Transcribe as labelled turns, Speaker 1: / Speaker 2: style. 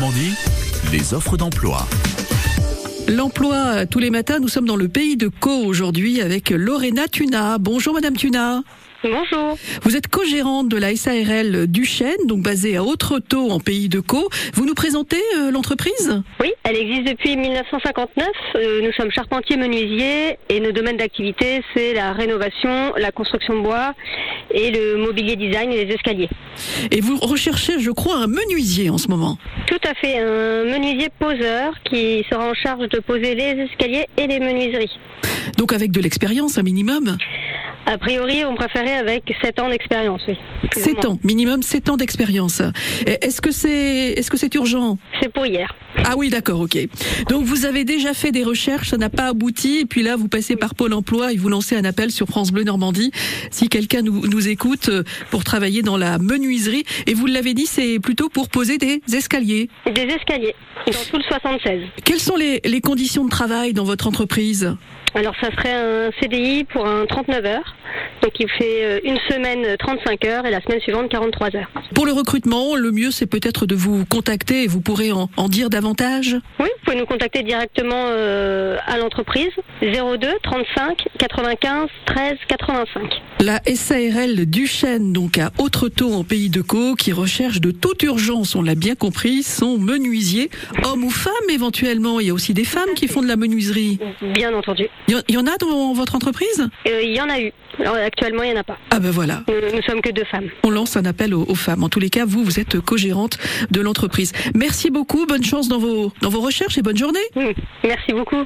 Speaker 1: Normandie, les offres d'emploi.
Speaker 2: L'emploi euh, tous les matins, nous sommes dans le pays de Caux aujourd'hui avec Lorena Tuna. Bonjour Madame Tuna.
Speaker 3: Bonjour.
Speaker 2: Vous êtes co-gérante de la SARL Duchesne, donc basée à Hautretot en pays de Caux. Vous nous présentez euh, l'entreprise
Speaker 3: Oui, elle existe depuis 1959. Euh, Nous sommes charpentiers menuisiers et nos domaines d'activité, c'est la rénovation, la construction de bois et le mobilier design et les escaliers.
Speaker 2: et vous recherchez, je crois, un menuisier en ce moment.
Speaker 3: Tout à fait, un menuisier poseur qui sera en charge de poser les escaliers et les menuiseries.
Speaker 2: Donc avec de l'expérience, un minimum.
Speaker 3: A priori, on préférait avec 7 ans d'expérience, oui. Plus ou
Speaker 2: 7
Speaker 3: moins.
Speaker 2: ans, minimum 7 ans d'expérience. Et Est-ce que c'est est-ce que c'est urgent
Speaker 3: C'est pour hier.
Speaker 2: Ah oui, d'accord, ok. Donc vous avez déjà fait des recherches, ça n'a pas abouti, et puis là vous passez par Pôle Emploi et vous lancez un appel sur France Bleu Normandie si quelqu'un nous, nous écoute euh, pour travailler dans la menuiserie. Et vous l'avez dit, c'est plutôt pour poser des escaliers.
Speaker 3: Des escaliers, dans tout le 76.
Speaker 2: Quelles sont les, les conditions de travail dans votre entreprise
Speaker 3: Alors ça serait un CDI pour un 39 heures. Donc il fait euh, une semaine euh, 35 heures et la semaine suivante 43 heures.
Speaker 2: Pour le recrutement, le mieux c'est peut-être de vous contacter et vous pourrez en, en dire davantage.
Speaker 3: Oui, vous pouvez nous contacter directement euh, à l'entreprise 02 35 95 13 85.
Speaker 2: La SARL Duchesne, donc à Hautretot en Pays de Caux, qui recherche de toute urgence, on l'a bien compris, son menuisier, homme ou femme éventuellement. Il y a aussi des femmes qui font de la menuiserie.
Speaker 3: Bien entendu.
Speaker 2: Il y en- il y en a dans votre entreprise
Speaker 3: Euh, Il y en a eu. Alors, actuellement, il n'y en a pas.
Speaker 2: Ah ben voilà,
Speaker 3: Nous, nous sommes que deux femmes.
Speaker 2: on lance un appel aux, aux femmes. En tous les cas, vous, vous êtes co-gérante de l'entreprise. Merci beaucoup, bonne chance dans vos, dans vos recherches et bonne journée.
Speaker 3: Mmh. Merci beaucoup.